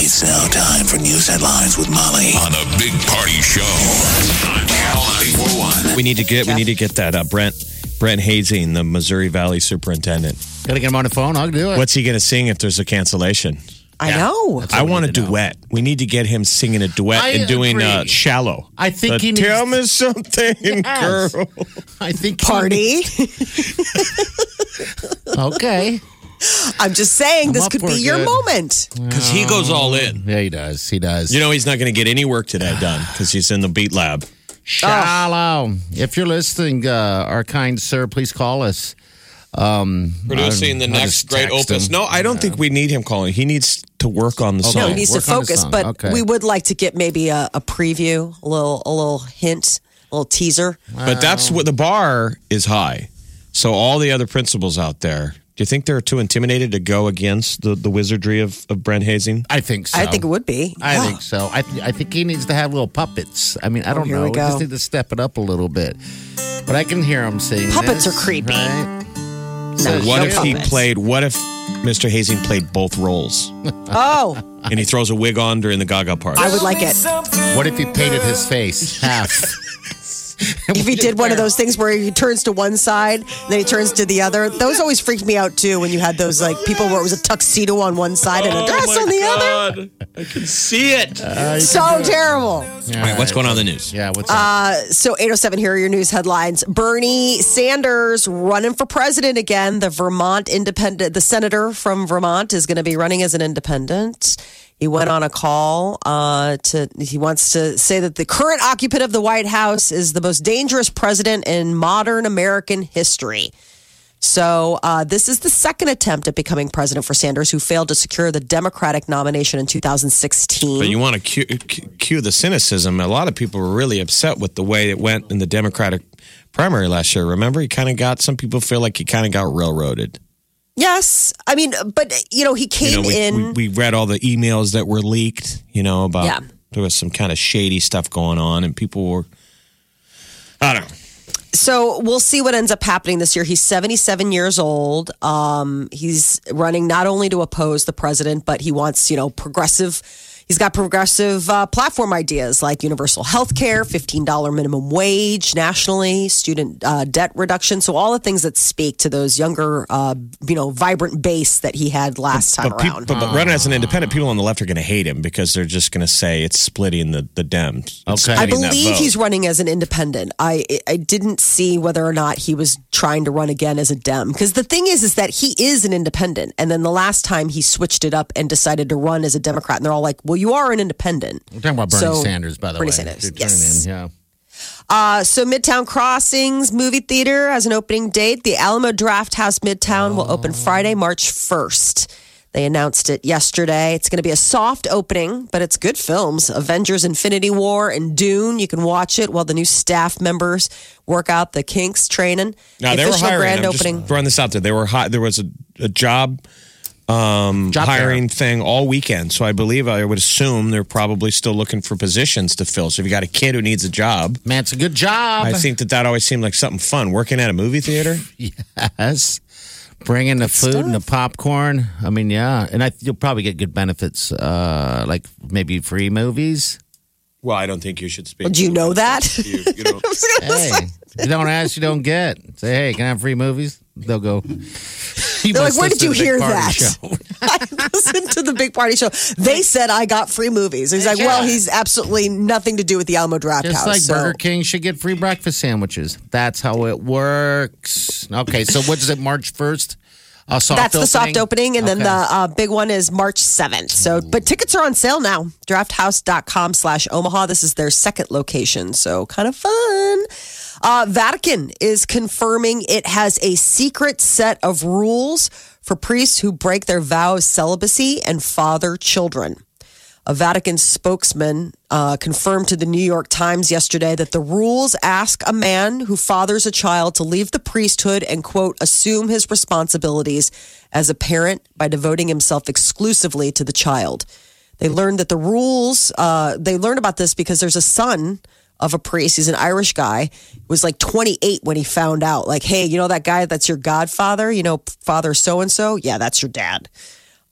It's now time for news headlines with Molly on a big party show on Channel 941. We need to get we need to get that uh, Brent Brent Hazing, the Missouri Valley Superintendent. Gotta get him on the phone. I'll do it. What's he going to sing if there's a cancellation? I know. I want a duet. We need to get him singing a duet I and doing uh, agree. shallow. I think The he needs- tell me something, Yes. girl. I think Party. Okay. I'm just saying, this up could for be it, your good. moment. Because he goes all in. Yeah, he does. He does. You know he's not going to get any work today done because he's in the beat lab. Shallow. If you're listening, uh, our kind sir, please call us. Producing the I'll next just great text opus. him. No, I don't think we need him calling. He needs to work on the Okay. song. No, he needs to work on the focus, song. but Okay. we would like to get maybe a, a preview, a little, a little hint, a little teaser. But that's what the bar is high. So all the other principals out there, do you think they're too intimidated to go against the, the wizardry of, of Brent Hazing? I think so. I think it would be. I Yeah. Oh, think so. I, th- I think he needs to have little puppets. I mean, I don't here know. we go. just need to step it up a little bit. But I can hear him sing. Puppets this, are creepy. right? No, What no if he comments. played? What if Mr. Hazing played both roles Oh, and he throws a wig on during the Gaga part? I would like it. What if he painted his face half? If he did one of those things where he turns to one side, then he turns to the other. Those always freaked me out too when you had those like people where it was a tuxedo on one side and a dress on the other. Oh I can see Uh, it. So terrible. All right, what's going on in the news? Yeah, what's Uh, up? So 807, here are your news headlines. Bernie Sanders running for president again. The Vermont independent, the senator from Vermont is going to be running as an independent. He went on a call uh, to, he wants to say that the current occupant of the White House is the most dangerous president in modern American history. So, uh, this is the second attempt at becoming president for Sanders, who failed to secure the Democratic nomination in 2016. But you want to cue, cu- cue the cynicism. A lot of people were really upset with the way it went in the Democratic primary last year. Remember, he kind of got some people feel like he kind of got railroaded. yes. I mean, but, you know, he you know, came we, in. we, we read all the emails that were leaked, you know, about Yeah. there was some kind of shady stuff going on and people were, I don't know. So we'll see what ends up happening this year. He's 77 years old. Um, he's running not only to oppose the president, but he wants, you know, progressive. He's got progressive uh, platform ideas like universal health care, $15 minimum wage nationally, student uh, debt reduction. So all the things that speak to those younger, uh, you know, vibrant base that he had last time But, peop- around. but, but running as an independent, people on the left are going to hate him because they're just going to say it's splitting the, the Dems. It's Okay. I splitting that believe vote. he's running as an independent. I I didn't see whether or not he was trying to run again as a Dem because the thing is is that he is an independent, and then the last time he switched it up and decided to run as a Democrat, and they're all like, "Well, you are an independent." We're talking about Bernie so- Sanders, by the Bernie way. Sanders, You're tuning yes. in, yeah. Uh, so Midtown Crossings movie theater has an opening date. The Alamo Draft House Midtown will open Friday, March first. They announced it yesterday. It's going to be a soft opening, but it's good films. Avengers Infinity War and Dune. You can watch it while the new staff members work out the kinks training. Now, the they were official hiring. grand I'm just opening. throwing this out there. They were hi- There was a, a job, um, Job fair. hiring thing all weekend. So I believe I would assume they're probably still looking for positions to fill. So if you got a kid who needs a job, Man, it's a good job. I think that that always seemed like something fun. Working at a movie theater. Yes. Bringing the food and the popcorn. I mean, yeah. And I, you'll probably get good benefits, uh, like maybe free movies. Well, I don't think you should speak. Do you know that? You- you don't- Hey, if you don't ask, you don't get. Say, hey, can I have free movies? They'll go. They're like, where did you hear that? Show. I listened to the big party show. They said I got free movies. He's like, well, he's absolutely nothing to do with the Alamo Draft Just House. like so- Burger King should get free breakfast sandwiches. That's how it works. Okay, so what is it, March 1st? A soft That's the soft opening, and then Okay. the uh, big one is March 7th. So, but tickets are on sale now. Drafthouse.com slash Omaha. This is their second location, so kind of fun. Uh, Vatican is confirming it has a secret set of rules for priests who break their vow of celibacy and father children. A Vatican spokesman uh, confirmed to the New York Times yesterday that the rules ask a man who fathers a child to leave the priesthood and, quote, assume his responsibilities as a parent by devoting himself exclusively to the child. They learned that the rules, uh, they learned about this because there's a son of a priest. He's an Irish guy. He was like 28 when he found out, like, hey, you know that guy that's your godfather, you know, father so and so? Yeah, that's your dad.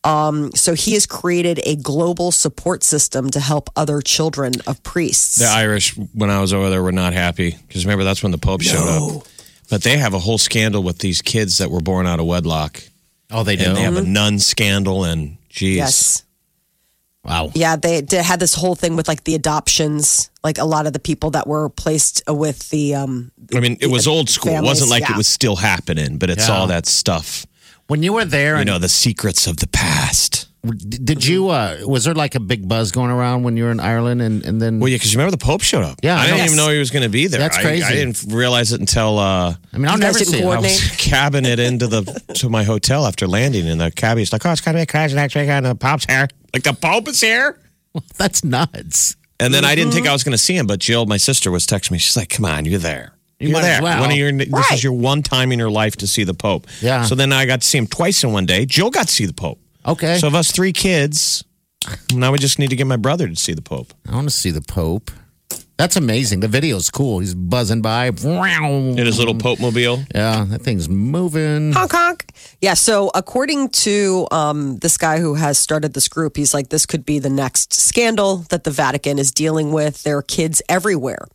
Um, so he has created a global support system to help other children of priests. The Irish, when I was over there, were not happy because remember that's when the Pope showed up. But they have a whole scandal with these kids that were born out of wedlock, Oh, they do. and they have a nun scandal. And geez, Mm-hmm. yes. wow. Yeah, they d- had this whole thing with like the adoptions, like a lot of the people that were placed with the um I mean, it was old school. it wasn't like Families, it was still happening, but it's Yeah. all that stuff. When you were there, You and know, the secrets of the past. did you? Uh, was there like a big buzz going around when you were in Ireland, and and then? Well, yeah, because remember the Pope showed up. Yeah, I I didn't know. even know he was going to be there. That's I- crazy. I, didn't realize it until uh, I mean, I'll You never guys see didn't it. I was cabbing it into the to my hotel after landing, and the cabbie's like, "Oh, it's going to be a crash next week, and the Pope's here. Like the Pope is here." That's nuts. And then I didn't think I was going to see him, but Jill, my sister, was texting me. She's like, "Come on, you're there. You You're might as there. well." One of your, This Right. is your one time in your life to see the Pope." Yeah. So then I got to see him twice in one day. Jill got to see the Pope. Okay. So of us three kids, now we just need to get my brother to see the Pope. I want to see the Pope. That's amazing. The video's cool. He's buzzing by. In his little Pope mobile. Yeah, that thing's moving. Honk honk. Yeah. So according to um, this guy who has started this group, he's like, this could be the next scandal that the Vatican is dealing with. There are kids everywhere.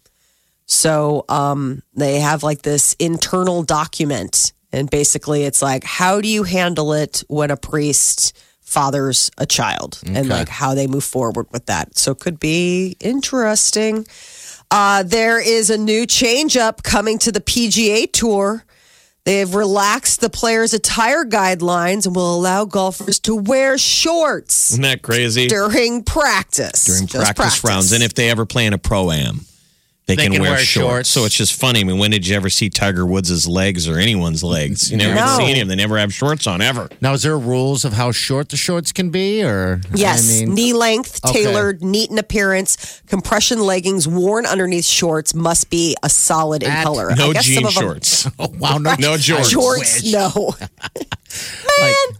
So um, they have like this internal document, and basically it's like, how do you handle it when a priest fathers a child, and like how they move forward with that. So it could be interesting. Uh, there is a new changeup coming to the PGA Tour. They have relaxed the players' attire guidelines and will allow golfers to wear shorts Isn't that crazy? during practice. Mm-hmm. During Just practice, rounds, and if they ever play in a pro am, they, They can, can wear, wear shorts. shorts. So it's just funny. I mean, when did you ever see Tiger Woods' legs or anyone's legs? You never No. see any of them. They never have shorts on ever. Now, is there rules of how short the shorts can be, or Yes, I mean, knee length, Okay. tailored, neat in appearance. Compression leggings worn underneath shorts must be a solid in At- color. No I guess some jean of them- shorts. oh, wow, no, No jorts. Shorts, no. Man,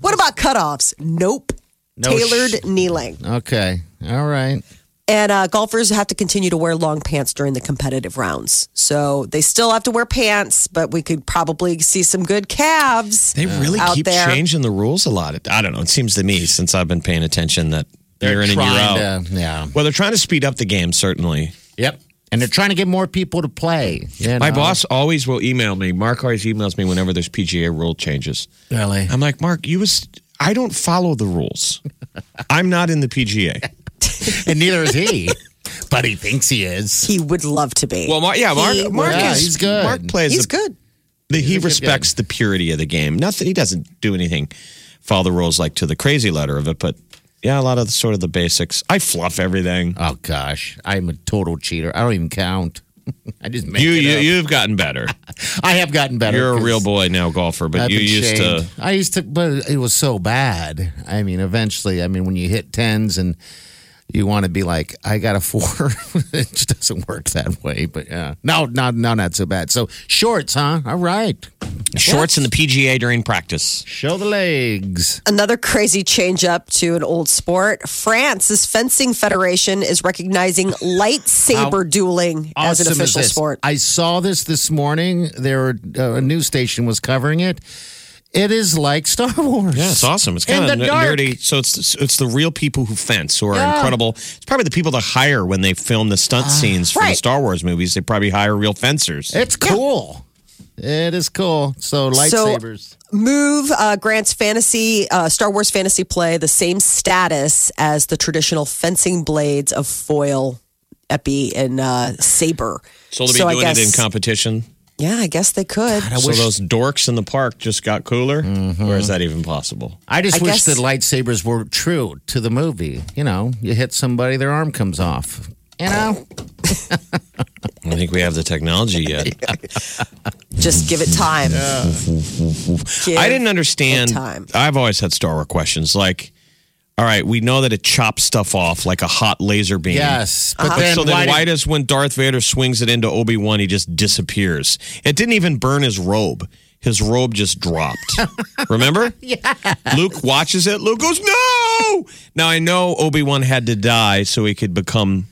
what about cutoffs? Nope. No tailored knee length. Okay, all right. And uh, golfers have to continue to wear long pants during the competitive rounds. So they still have to wear pants, but we could probably see some good calves. They really out keep there. changing the rules a lot. It- I don't know. It seems to me since I've been paying attention that year in and year out. trying to- yeah. Well, they're trying to speed up the game, certainly. Yep. And they're trying to get more people to play. you My Uh-huh. know? boss always will email me. Mark always emails me whenever there's PGA rule changes. Really? I'm like, Mark, you was I don't follow the rules. I'm not in the PGA. and neither is he, but he thinks he is. He would love to be. Well, Mark, yeah, Mark, He Mark Yeah, is he's good. Mark plays. he's the- good. the- he good respects the purity of the game. Nothing. He doesn't do anything. Follow the rules like to the crazy letter of it, but yeah, a lot of the, sort of the basics. I fluff everything. Oh gosh, I'm a total cheater. I don't even count. I just make You, it you up. you've gotten better. I have gotten better. You're a real 'cause boy now, golfer. But I've you been used shamed. to. I used to, but it was so bad. I mean, eventually, I mean, when you hit tens and you want to be like, I got a four, it just doesn't work that way. But yeah, no, no, no, not so bad. So shorts, huh? All right, Shorts in the PGA during practice. show the legs. Another crazy change up to an old sport. France's fencing federation is recognizing lightsaber dueling as an Awesome official this. sport. I saw this this morning. There, were, uh, a news station was covering it. It is like Star Wars. Yeah, it's awesome. It's In kind of the dark. nerdy. So it's it's the real people who fence who are Yeah. incredible. It's probably the people that hire when they film the stunt scenes from the right. Star Wars movies. They probably hire real fencers. It's cool. It is cool. So lightsabers. Move uh, grants fantasy uh, Star Wars fantasy play the same status as the traditional fencing blades of foil, epi, and uh, saber. So they'll be I doing it in guess- competition. Yeah, I guess they could. so those dorks in the park just got cooler. Or is that even possible? I just I wish guess- that lightsabers were true to the movie. You know, you hit somebody, their arm comes off. You know, I don't think we have the technology yet. Just give it time. Give I didn't understand. it time. I've always had Star Wars questions. Like, all right, we know that it chops stuff off like a hot laser beam. Yes, Uh-huh. but But then so then why, why, did, does when Darth Vader swings it into Obi Wan, he just disappears? It didn't even burn his robe. His robe just dropped. Remember? Yeah. Luke watches it. Luke goes, "No!" Now I know Obi Wan had to die so he could become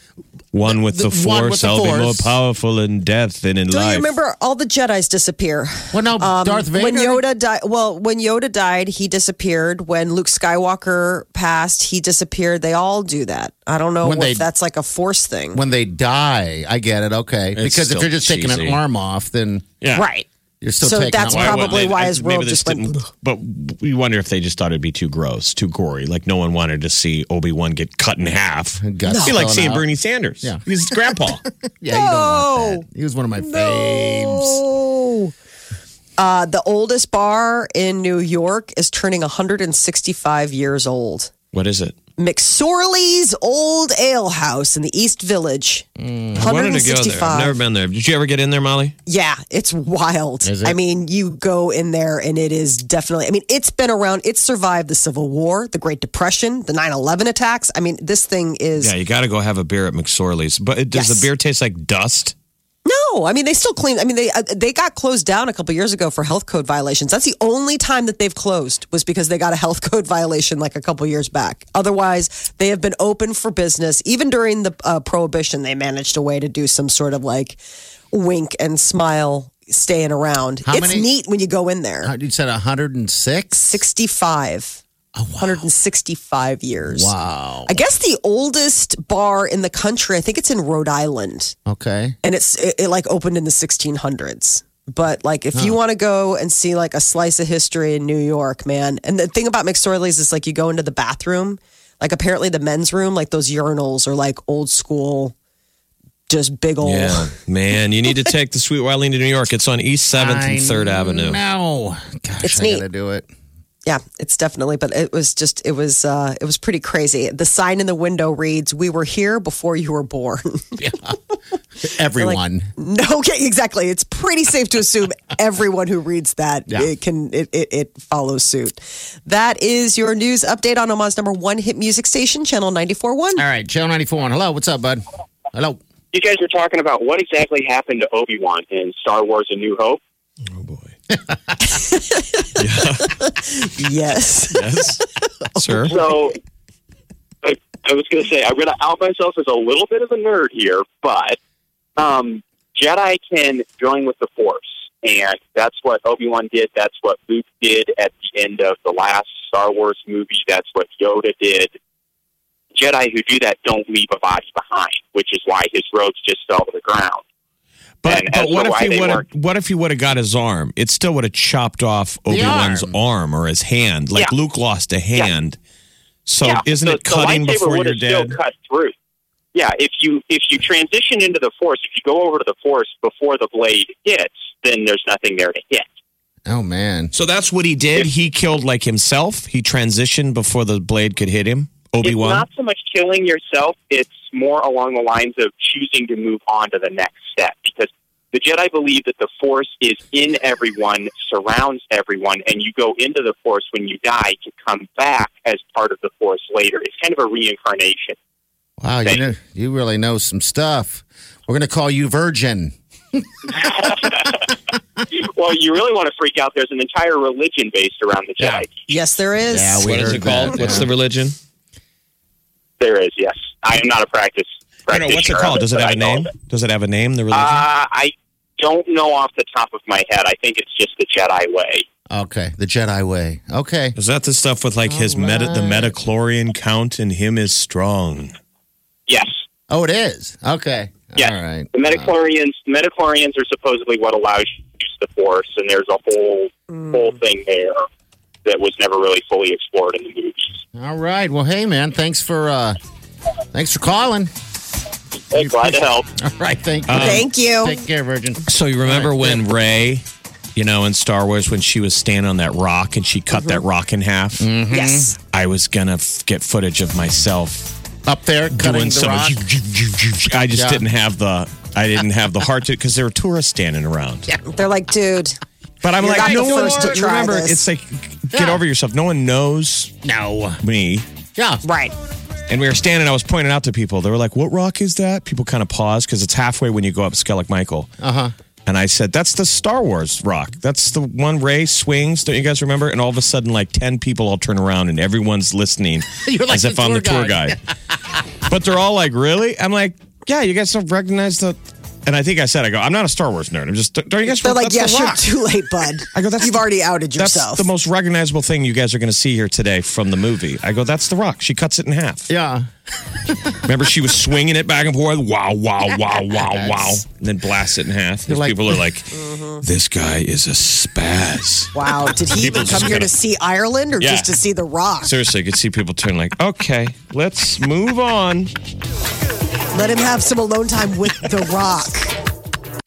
one with the, The- the Force. one with the I'll be more Force. powerful in death than in Do life. you remember all the Jedi's disappear? Well, no, Darth Vader- Um, When Yoda died, well, when Yoda died, he disappeared. When Luke Skywalker passed, he disappeared. They all do that. I don't know When if they- that's like a force thing. when they die? I get it. Okay, because still if you're just taking cheesy. an arm off, then Yeah. right. you're still So taking. that's an arm probably- they- off. uh, why his maybe robe they just went- didn't- But we wonder if they just thought it'd be too gross, too gory. Like no one wanted to see Obi Wan get cut in half. And guts It'd be like falling seeing out. Bernie Sanders. Yeah. he's his grandpa. Yeah, you don't want that. He was one of my faves. Oh. Uh, the oldest bar in New York is turning 165 years old. what is it? McSorley's Old Ale House in the East Village. Mm, I wanted to go there. I've never been there. Did you ever get in there, Molly? Yeah, it's wild. Is it? I mean, you go in there and it is definitely, I mean, it's been around, it's survived the Civil War, the Great Depression, the 9 11 attacks. I mean, this thing is. Yeah, you got to go have a beer at McSorley's. But it, does Yes. the beer taste like dust? No, I mean they still clean. I mean they uh, they got closed down a couple years ago for health code violations. That's the only time that they've closed was because they got a health code violation like a couple years back. Otherwise, they have been open for business even during the uh, prohibition. They managed a way to do some sort of like wink and smile staying around. How it's many- neat when you go in there. Uh, You said 106. 65 165 years. Oh, Wow. I guess the oldest bar in the country, I think it's in Rhode Island Okay. and it's it, it like opened in the 1600s but like if you want to go and see like a slice of history in new york man and the thing about mcsorley's is like you go into the bathroom like apparently the men's room like those urinals are like old school just big old Yeah, Oh, man, you need to take the Sweet Wileen to New York. It's on East Seventh and Third Avenue. No. Gosh, It's I neat. gotta do it. yeah it's definitely but it was just it was uh it was pretty crazy the sign in the window reads we were here before you were born Everyone. no okay, exactly it's pretty safe to assume everyone who reads that Yeah. it can it, it it follows suit that is your news update on omaha's number one hit music station channel 94.1 All right, Joe 94. Hello, what's up, bud? Hello. you guys were talking about what exactly happened to Obi Wan in Star Wars: A New Hope. Oh boy, yes yes, sir. So, I, I was going to say I'm going to out myself as a little bit of a nerd here, but um, Jedi can join with the Force, and that's what Obi Wan did. That's what Luke did at the end of the last Star Wars movie. That's what Yoda did. Jedi who do that don't leave a body behind, which is why his robes just fell to the ground. But, And as but for what if why he they would have? weren't- What if he would have got his arm? It still would have chopped off Obi Wan's arm. arm. or his hand. Like Luke lost a hand. So yeah, isn't the, it cutting the lightsaber before would you're have dead? Still cut through. Yeah, if you if you transition into the force, if you go over to the force before the blade hits, then there's nothing there to hit. Oh, man. So that's what he did. He killed like himself. He transitioned before the blade could hit him. Obi It's Wan. not so much killing yourself; it's more along the lines of choosing to move on to the next step. Because the Jedi believe that the force is in everyone, surrounds everyone, and you go into the force when you die to come back as part of the force later. It's kind of a reincarnation. Wow, you, know, you really know some stuff. We're going to call you Virgin. Well, you really want to freak out. There's an entire religion based around the Jedi. yes there is Yeah, we- What is heard it called? that, What's yeah. the religion? There is, yes. I am not a practice. I don't know. What's it practitioner of called? Does it but have a I know name? of it. Does it have a name? The religion. Uh, I don't know off the top of my head. I think it's just the Jedi way. Okay, the Jedi way. Okay. Is that the stuff with like his meta, the metachlorian count and him is strong? Yes. Oh, it is. Okay. Yes. All right. The Metachlorians, the Uh. Metachlorians are supposedly what allows you to use the Force, and there's a whole whole thing there that was never really fully explored in the movies. All right. Well, hey, man. Thanks for uh, thanks for calling. Hey, glad to help. All right. um, Thank you. thank you Take care, Virgin. So you remember when Ray, you know, in Star Wars, when she was standing on that rock and she cut Mm-hmm. that rock in half? yes I was gonna f- get footage of myself Up there, cutting doing the some. rock. I just Yeah. didn't have the. I didn't have the heart to because there were tourists standing around. they're like dude But I'm You're like, not no the one. first to try Remember, it's this. like, get Yeah. over yourself. No one knows No. me. Yeah. Right. And we were standing, I was pointing out to people. They were like, What rock is that? People kind of paused because it's halfway when you go up Skellig Michael. Uh Uh-huh. huh. And I said, That's the Star Wars rock. That's the one Ray swings. Don't you guys remember? And all of a sudden, like 10 people all turn around and everyone's listening You're like as if the I'm the tour tour guy. but they're all like, Really? I'm like, Yeah, you guys don't recognize the. And I think I said, I go, I'm not a Star Wars nerd. I'm just, don't you guys They're like, that's yes, the you're rock." too late, bud. I go, that's You've the- already outed yourself. That's the most recognizable thing you guys are going to see here today from the movie. I go, that's the rock. She cuts it in half. Yeah. Remember, she was swinging it back and forth. Wow, wow, wow, wow, wow. And then blasts it in half. These like- Mm-hmm. people are like, this guy is a spaz. wow. Did he even People come just here gotta- to see Ireland or Yeah. just to see The Rock? Seriously, I could see people turn like, okay, let's move on. Let him have some alone time with The Rock.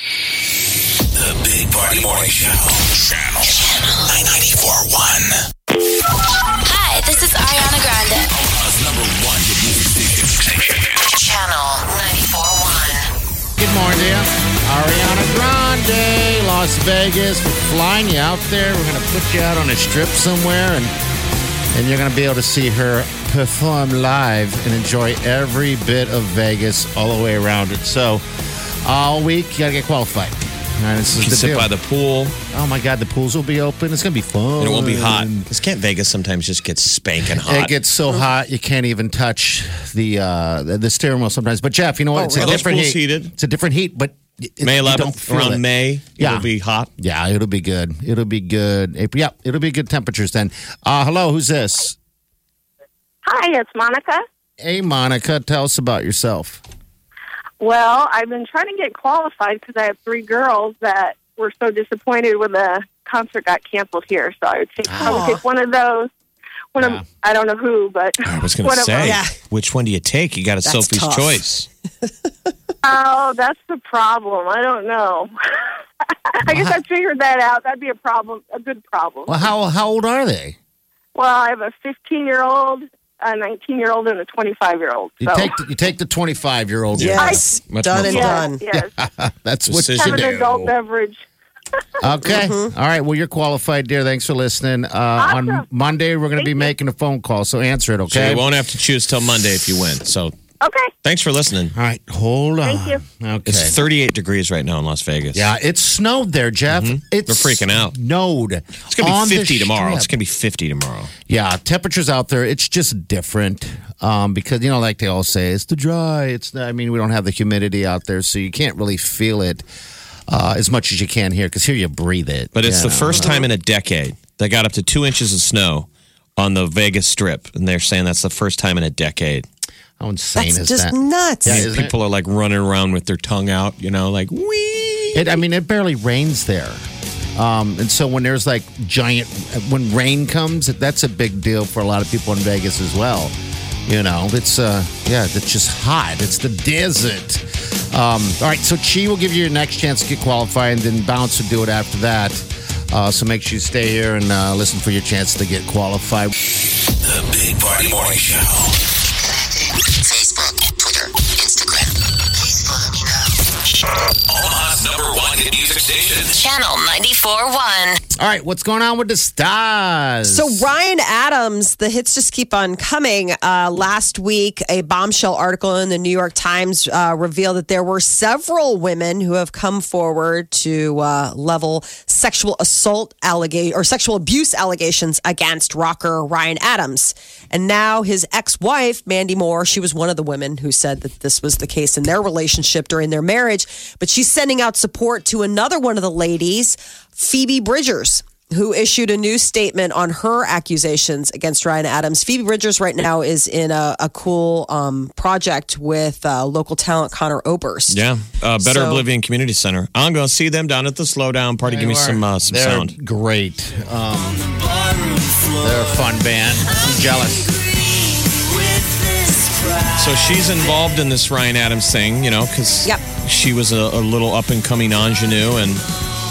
The Big Party Morning Show. Channel 941. Hi, this is Ariana Grande. Number one hit music station. Channel 941. Good morning, to you. Ariana Grande, Las Vegas. We're flying you out there. We're going to put you out on a strip somewhere, and and you're going to be able to see her perform live and enjoy every bit of Vegas all the way around it. So all week, you got to get qualified. All right, this is You can the sit deal. by the pool oh my God, the pools will be open. It's going to be fun. and it won't be hot. Because can't Vegas sometimes just get spanking hot? Mm. It gets so hot you can't even touch the uh, the, the steering wheel sometimes. But Jeff, you know what? Oh, it's really? a different Those pools heat. heated. It's a different heat, but it, May you don't 11th, feel around it. May, Yeah. it'll be hot. Yeah, it'll be good. It'll be good. April, yeah, it'll be good temperatures then. Uh, hello, who's this? Hi, it's Monica. Hey, Monica, tell us about yourself. Well, I've been trying to get qualified because I have three girls that were so disappointed when the concert got canceled here. So I would take, I would take one of those. One Yeah. of I don't know who, but I was going one to of say, them. Yeah. which one do you take? You got a That's Sophie's tough. choice. Oh, that's the problem. I don't know. I guess I figured that out. That'd be a problem, a good problem. Well, how how old are they? Well, I have a 15 year old, a 19 year old, and a 25 year old. You so take the, you take the twenty five year old. Yes. Much done more and done. fun. yes, yes. that's what you Decision. have do. an adult beverage. Okay. All right. Well, you're qualified, dear. Thanks for listening. Uh, On Mm-hmm. Awesome. Monday, we're going to be making a phone call, so answer it. So Okay. you won't have to choose till Monday if you win. So Okay. thanks for listening. All right. Hold on. Thank you. Okay. It's 38 degrees right now in Las Vegas. yeah, it snowed there, Jeff. It's Mm-hmm. They're freaking out. Snowed. It's going to be 50 tomorrow. It's going to be 50 tomorrow. Yeah, temperatures out there, it's just different um, because you know, like they all say, it's the dry. It's I mean, we don't have the humidity out there, so you can't really feel it uh, as much as you can here because here you breathe it. But it's you the know. first time in a decade they got up to two inches of snow on the Vegas Strip. And they're saying that's the first time in a decade. how insane That's is just that? nuts. Yeah, And isn't it? people are like running around with their tongue out, you know, like, wee. It, I mean, it barely rains there. Um, and so when there's like giant, when rain comes, that's a big deal for a lot of people in Vegas as well. You know, it's, uh, yeah, it's just hot. It's the desert. Um, all right, so Chi will give you your next chance to get qualified, and then Bounce will do it after that. Uh, so make sure you stay here and uh, listen for your chance to get qualified. The Big Party Morning Show. Facebook, Twitter, Instagram. Please follow me now. Omaha's number one hit music station. Channel 941. All right, what's going on with the stars? So Ryan Adams, the hits just keep on coming. Uh, last week, a bombshell article in the New York Times uh, revealed that there were several women who have come forward to uh, level sexual assault allegation or sexual abuse allegations against rocker Ryan Adams. And now his ex-wife, Mandy Moore, she was one of the women who said that this was the case in their relationship during their marriage. But she's sending out support to another one of the ladies, Phoebe Bridgers who issued a new statement on her accusations against Ryan Adams. Phoebe Bridgers right now is in a, a cool um, project with uh, local talent Connor Oberst. Yeah. Uh, Better So- Oblivion Community Center. I'm going to see them down at the slowdown party. Give me some, uh, some They're sound. Great. Um, they're a fun band. I'm jealous. So she's involved in this Ryan Adams thing, you know, because Yep. she was a, a little up and coming ingenue. And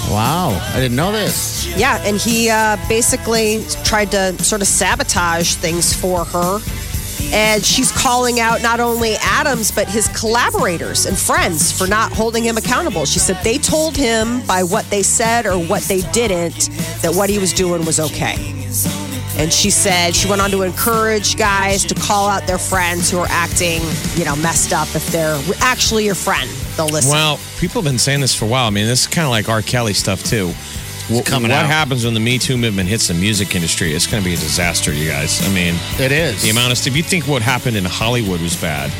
Wow, I didn't know this. Yeah, and he uh, basically tried to sort of sabotage things for her. And she's calling out not only Adams, but his collaborators and friends for not holding him accountable. She said they told him by what they said or what they didn't that what he was doing was okay. And she said she went on to encourage guys to call out their friends who are acting, you know, messed up. If they're actually your friend, they'll listen. Well, people have been saying this for a while. I mean, this is kind of like R. Kelly stuff too. Wh- coming what out. happens when the Me Too movement hits the music industry? It's going to be a disaster, you guys. I mean, It is. the amount of stuff. You think what happened in Hollywood was bad?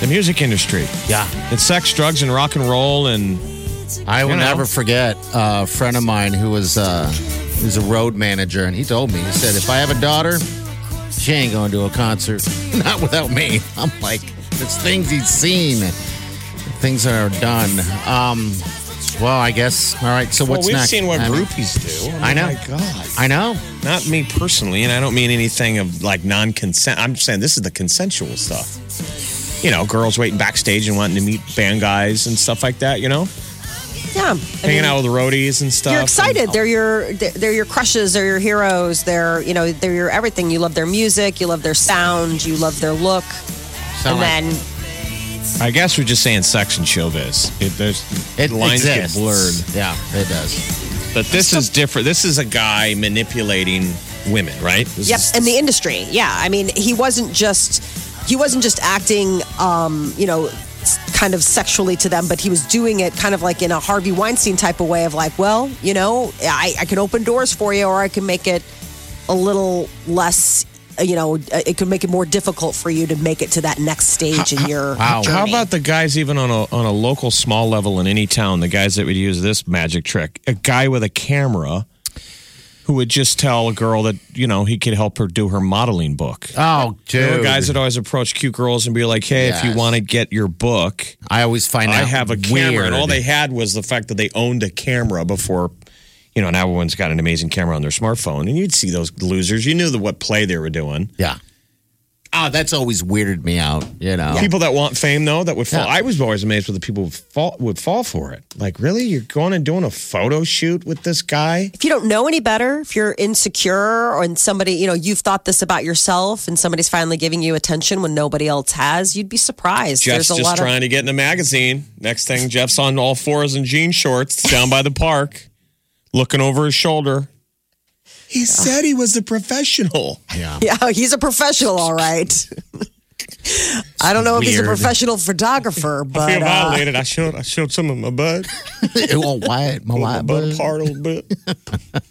The music industry. Yeah. It's sex, drugs, and rock and roll, and I will You know? never forget uh, a friend of mine who was uh, who's a road manager, and he told me he said, "If I have a daughter, she ain't going to a concert, not without me." I'm like, there's things he's seen, things that are done. Um, well, I guess. All right. So what's well, we've next? seen what I mean, groupies do. Oh, I know. My God. I know. Not me personally, and I don't mean anything of like non-consent. I'm just saying this is the consensual stuff. You know, girls waiting backstage and wanting to meet band guys and stuff like that. You know, yeah, I mean, hanging out with the roadies and stuff. You're excited. They're your they're your crushes. They're your heroes. They're you know they're your everything. You love their music. You love their sound. You love their look. Sound and like- then I guess we're just saying sex and showbiz. It, there's it lines exists. get blurred, Yeah, it does. but this is different. This is a guy manipulating women, right? This Yep, is- in the industry. Yeah, I mean, he wasn't just he wasn't just acting, um, you know, s- kind of sexually to them, but he was doing it kind of like in a Harvey Weinstein type of way of like, well, you know, I, I can open doors for you, or I can make it a little less. uh, You know, uh, it could make it more difficult for you to make it to that next stage in your Wow. journey. How about the guys even on a on a local small level in any town? The guys that would use this magic trick, a guy with a camera who would just tell a girl that you know he could help her do her modeling book. Oh, There dude. were guys that always approach cute girls and be like, "Hey, if you Yes. want to get your book, I always find I out have a camera." weird. And all they had was the fact that they owned a camera before. You know, now everyone's got an amazing camera on their smartphone, and you'd see those losers. You knew the, what play they were doing. Yeah. Oh, that's always weirded me out. You know. People that want fame, though, that would fall. Yeah. I was always amazed with the people who fall, would fall for it. Like, really, you're going and doing a photo shoot with this guy? if you don't know any better, if you're insecure or and somebody, you know, you've thought this about yourself and somebody's finally giving you attention when nobody else has, you'd be surprised. Jeff's There's a just lot trying to of get in a magazine. Next thing, Jeff's on all fours in jean shorts down by the park, looking over his shoulder. He said he was a professional. Yeah, he's a professional, all right. I don't know if he's a Weird. professional photographer, I but feel uh, violated. I showed I showed some of my butt, oh, why? My my why? butt apart a little bit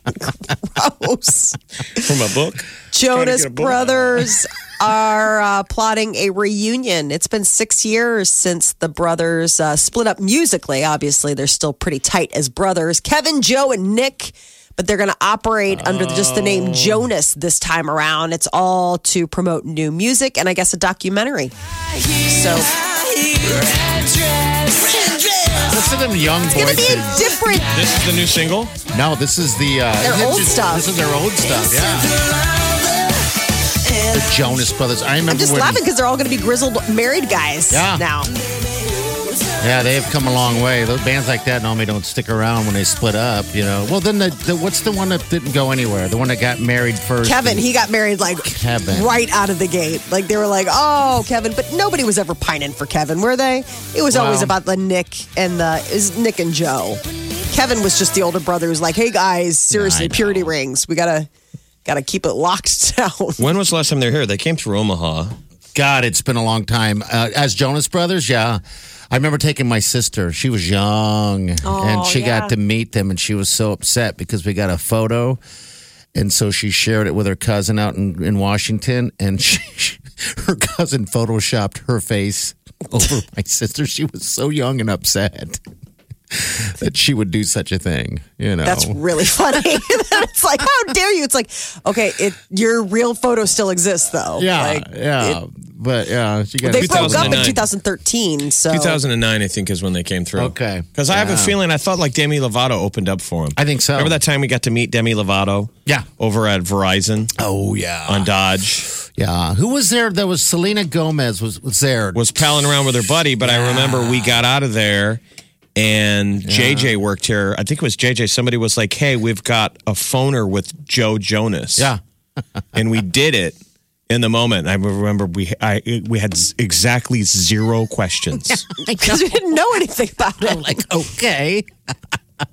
gross. for my book. Jonas get a book. Brothers are uh, plotting a reunion. It's been six years since the brothers uh, split up musically. Obviously, they're still pretty tight as brothers Kevin, Joe, and Nick, but they're going to operate under just the Oh. name Jonas this time around. It's all to promote new music and I guess a documentary. So Listen to them young it's going to be a voices. different. This is the new single. No, this is the uh, Their this old is- stuff. This is their old stuff. Yeah, the Jonas Brothers. I remember I'm just when. laughing because they're all going to be grizzled married guys Yeah. now. Yeah, they have come a long way. Those bands like that normally don't stick around when they split up. You know. Well, then the, the what's the one that didn't go anywhere? The one that got married first. Kevin, he got married like Kevin. right out of the gate. Like they were like, "Oh, Kevin," but nobody was ever pining for Kevin, were they? It was always Wow. about the Nick and the it was Nick and Joe. Kevin was just the older brother who was like, "Hey guys, seriously, I know. purity rings. We gotta gotta keep it locked down." When was the last time they were here? They came through Omaha. God, it's been a long time. Uh, as Jonas Brothers, yeah. I remember taking my sister. She was young, Oh, and she got to meet them, and she was so upset because we got a photo, and so she shared it with her cousin out in, in Washington, and she, her cousin photoshopped her face over my sister. She was so young and upset that she would do such a thing. You know, That's really funny. it's like, how dare you? It's like, okay, it, your real photo still exists though. yeah, Like, yeah. but yeah, she got they broke up 2009. in 2013. So 2009, I think, is when they came through. Oh. Okay. Because I have a Yeah. feeling I thought like Demi Lovato opened up for him. I think so. Remember that time we got to meet Demi Lovato? Yeah. Over at Verizon Oh yeah. on Dodge. Yeah, who was there? There was Selena Gomez was was there. Was palling around with her buddy, but I remember we got out of there and JJ worked here. I think it was JJ. Somebody was like, hey, we've got a phoner with Joe Jonas. yeah, and we did it in the moment. I remember we I we had z- exactly zero questions. because we didn't know anything about it. like okay, Yeah.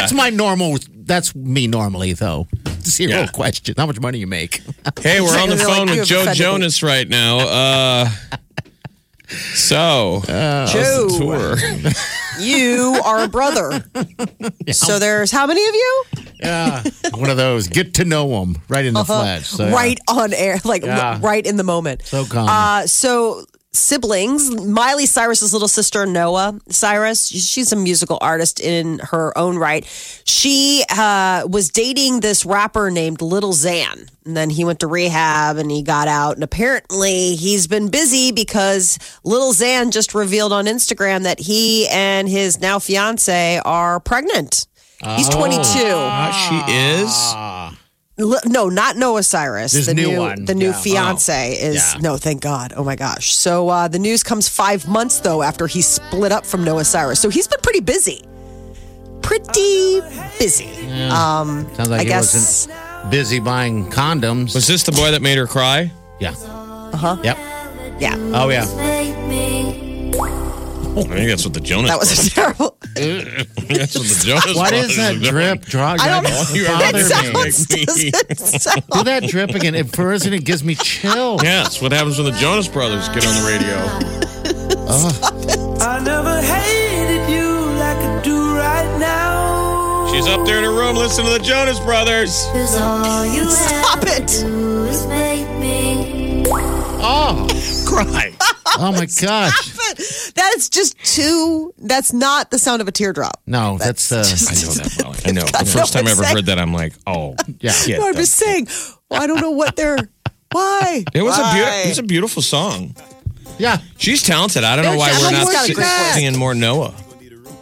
that's my normal. That's me normally though. Zero Yeah. question. How much money you make? Hey, we're on the They're like, phone "You with have Joe offended me." Jonas right now. Uh, so, Joe, tour. you are a brother. So there's how many of you? yeah, one of those. Get to know them right in the flesh. So, yeah. Uh-huh. right on air, like Yeah. right in the moment. So common. Uh, so siblings, Miley Cyrus's little sister Noah Cyrus, she's a musical artist in her own right. She uh, was dating this rapper named Little Xan, and then he went to rehab and he got out. And apparently, he's been busy because Little Xan just revealed on Instagram that he and his now fiance are pregnant. Oh. He's 22. Ah, Ah. she is. L- no, not Noah Cyrus. This the new one. the new Yeah. Oh. fiance is Yeah. no, thank God. Oh my gosh. So uh, the news comes five months though after he split up from Noah Cyrus. So he's been pretty busy, pretty busy. Um, Sounds like I he guess wasn't busy buying condoms. Was this the boy that made her cry? yeah. Uh Uh-huh. huh. Yep. yeah, Oh yeah. I think Oh, that's what the Jonas. that was a terrible. that's what the Jonas. What is Brothers that are doing. drip? Drug? I don't That know. You are bothers bothering me. me. Sounds, doesn't sound- Do that drip again. It burns and it gives me chills. Yes, what happens when the Jonas Brothers get on the radio? I never hated you like I do right now. She's up there in her room listening to the Jonas Brothers. Stop it! Oh, Cry. oh my gosh. That is just too. That's not the sound of a teardrop. No, that's uh, I know that, Molly. I know. The first time I ever heard that, I'm like, oh, Yeah. shit, No, I'm that's- just saying. Well, I don't know what they're. Why? It was a beautiful. Why? It was a beautiful song. yeah. She's talented. I don't know Dude, why she's we're got not a si- great voice. singing more Noah.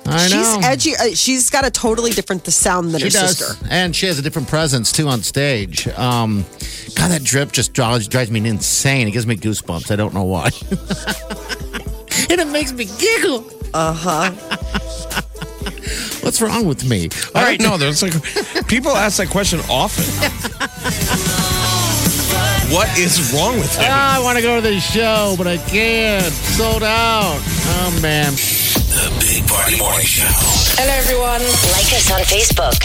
I know. She's edgy. Uh, she's got a totally different sound than She her does, sister. and she has a different presence too on stage. Um, God, that drip just drives, drives me insane. It gives me goosebumps. I don't know why, and it makes me giggle. Uh Uh-huh. huh. What's wrong with me? All right, no, there's like people ask that question often. what is wrong with him? Oh, Ah, I want to go to the show, but I can't. Sold out. Oh man. The Big Party Morning Show. Hello, everyone. Like us on Facebook.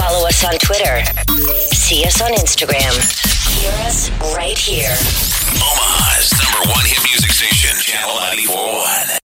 Follow us on Twitter. See us on Instagram. Hear us right here. Omaha's number one hit music station. Channel 941.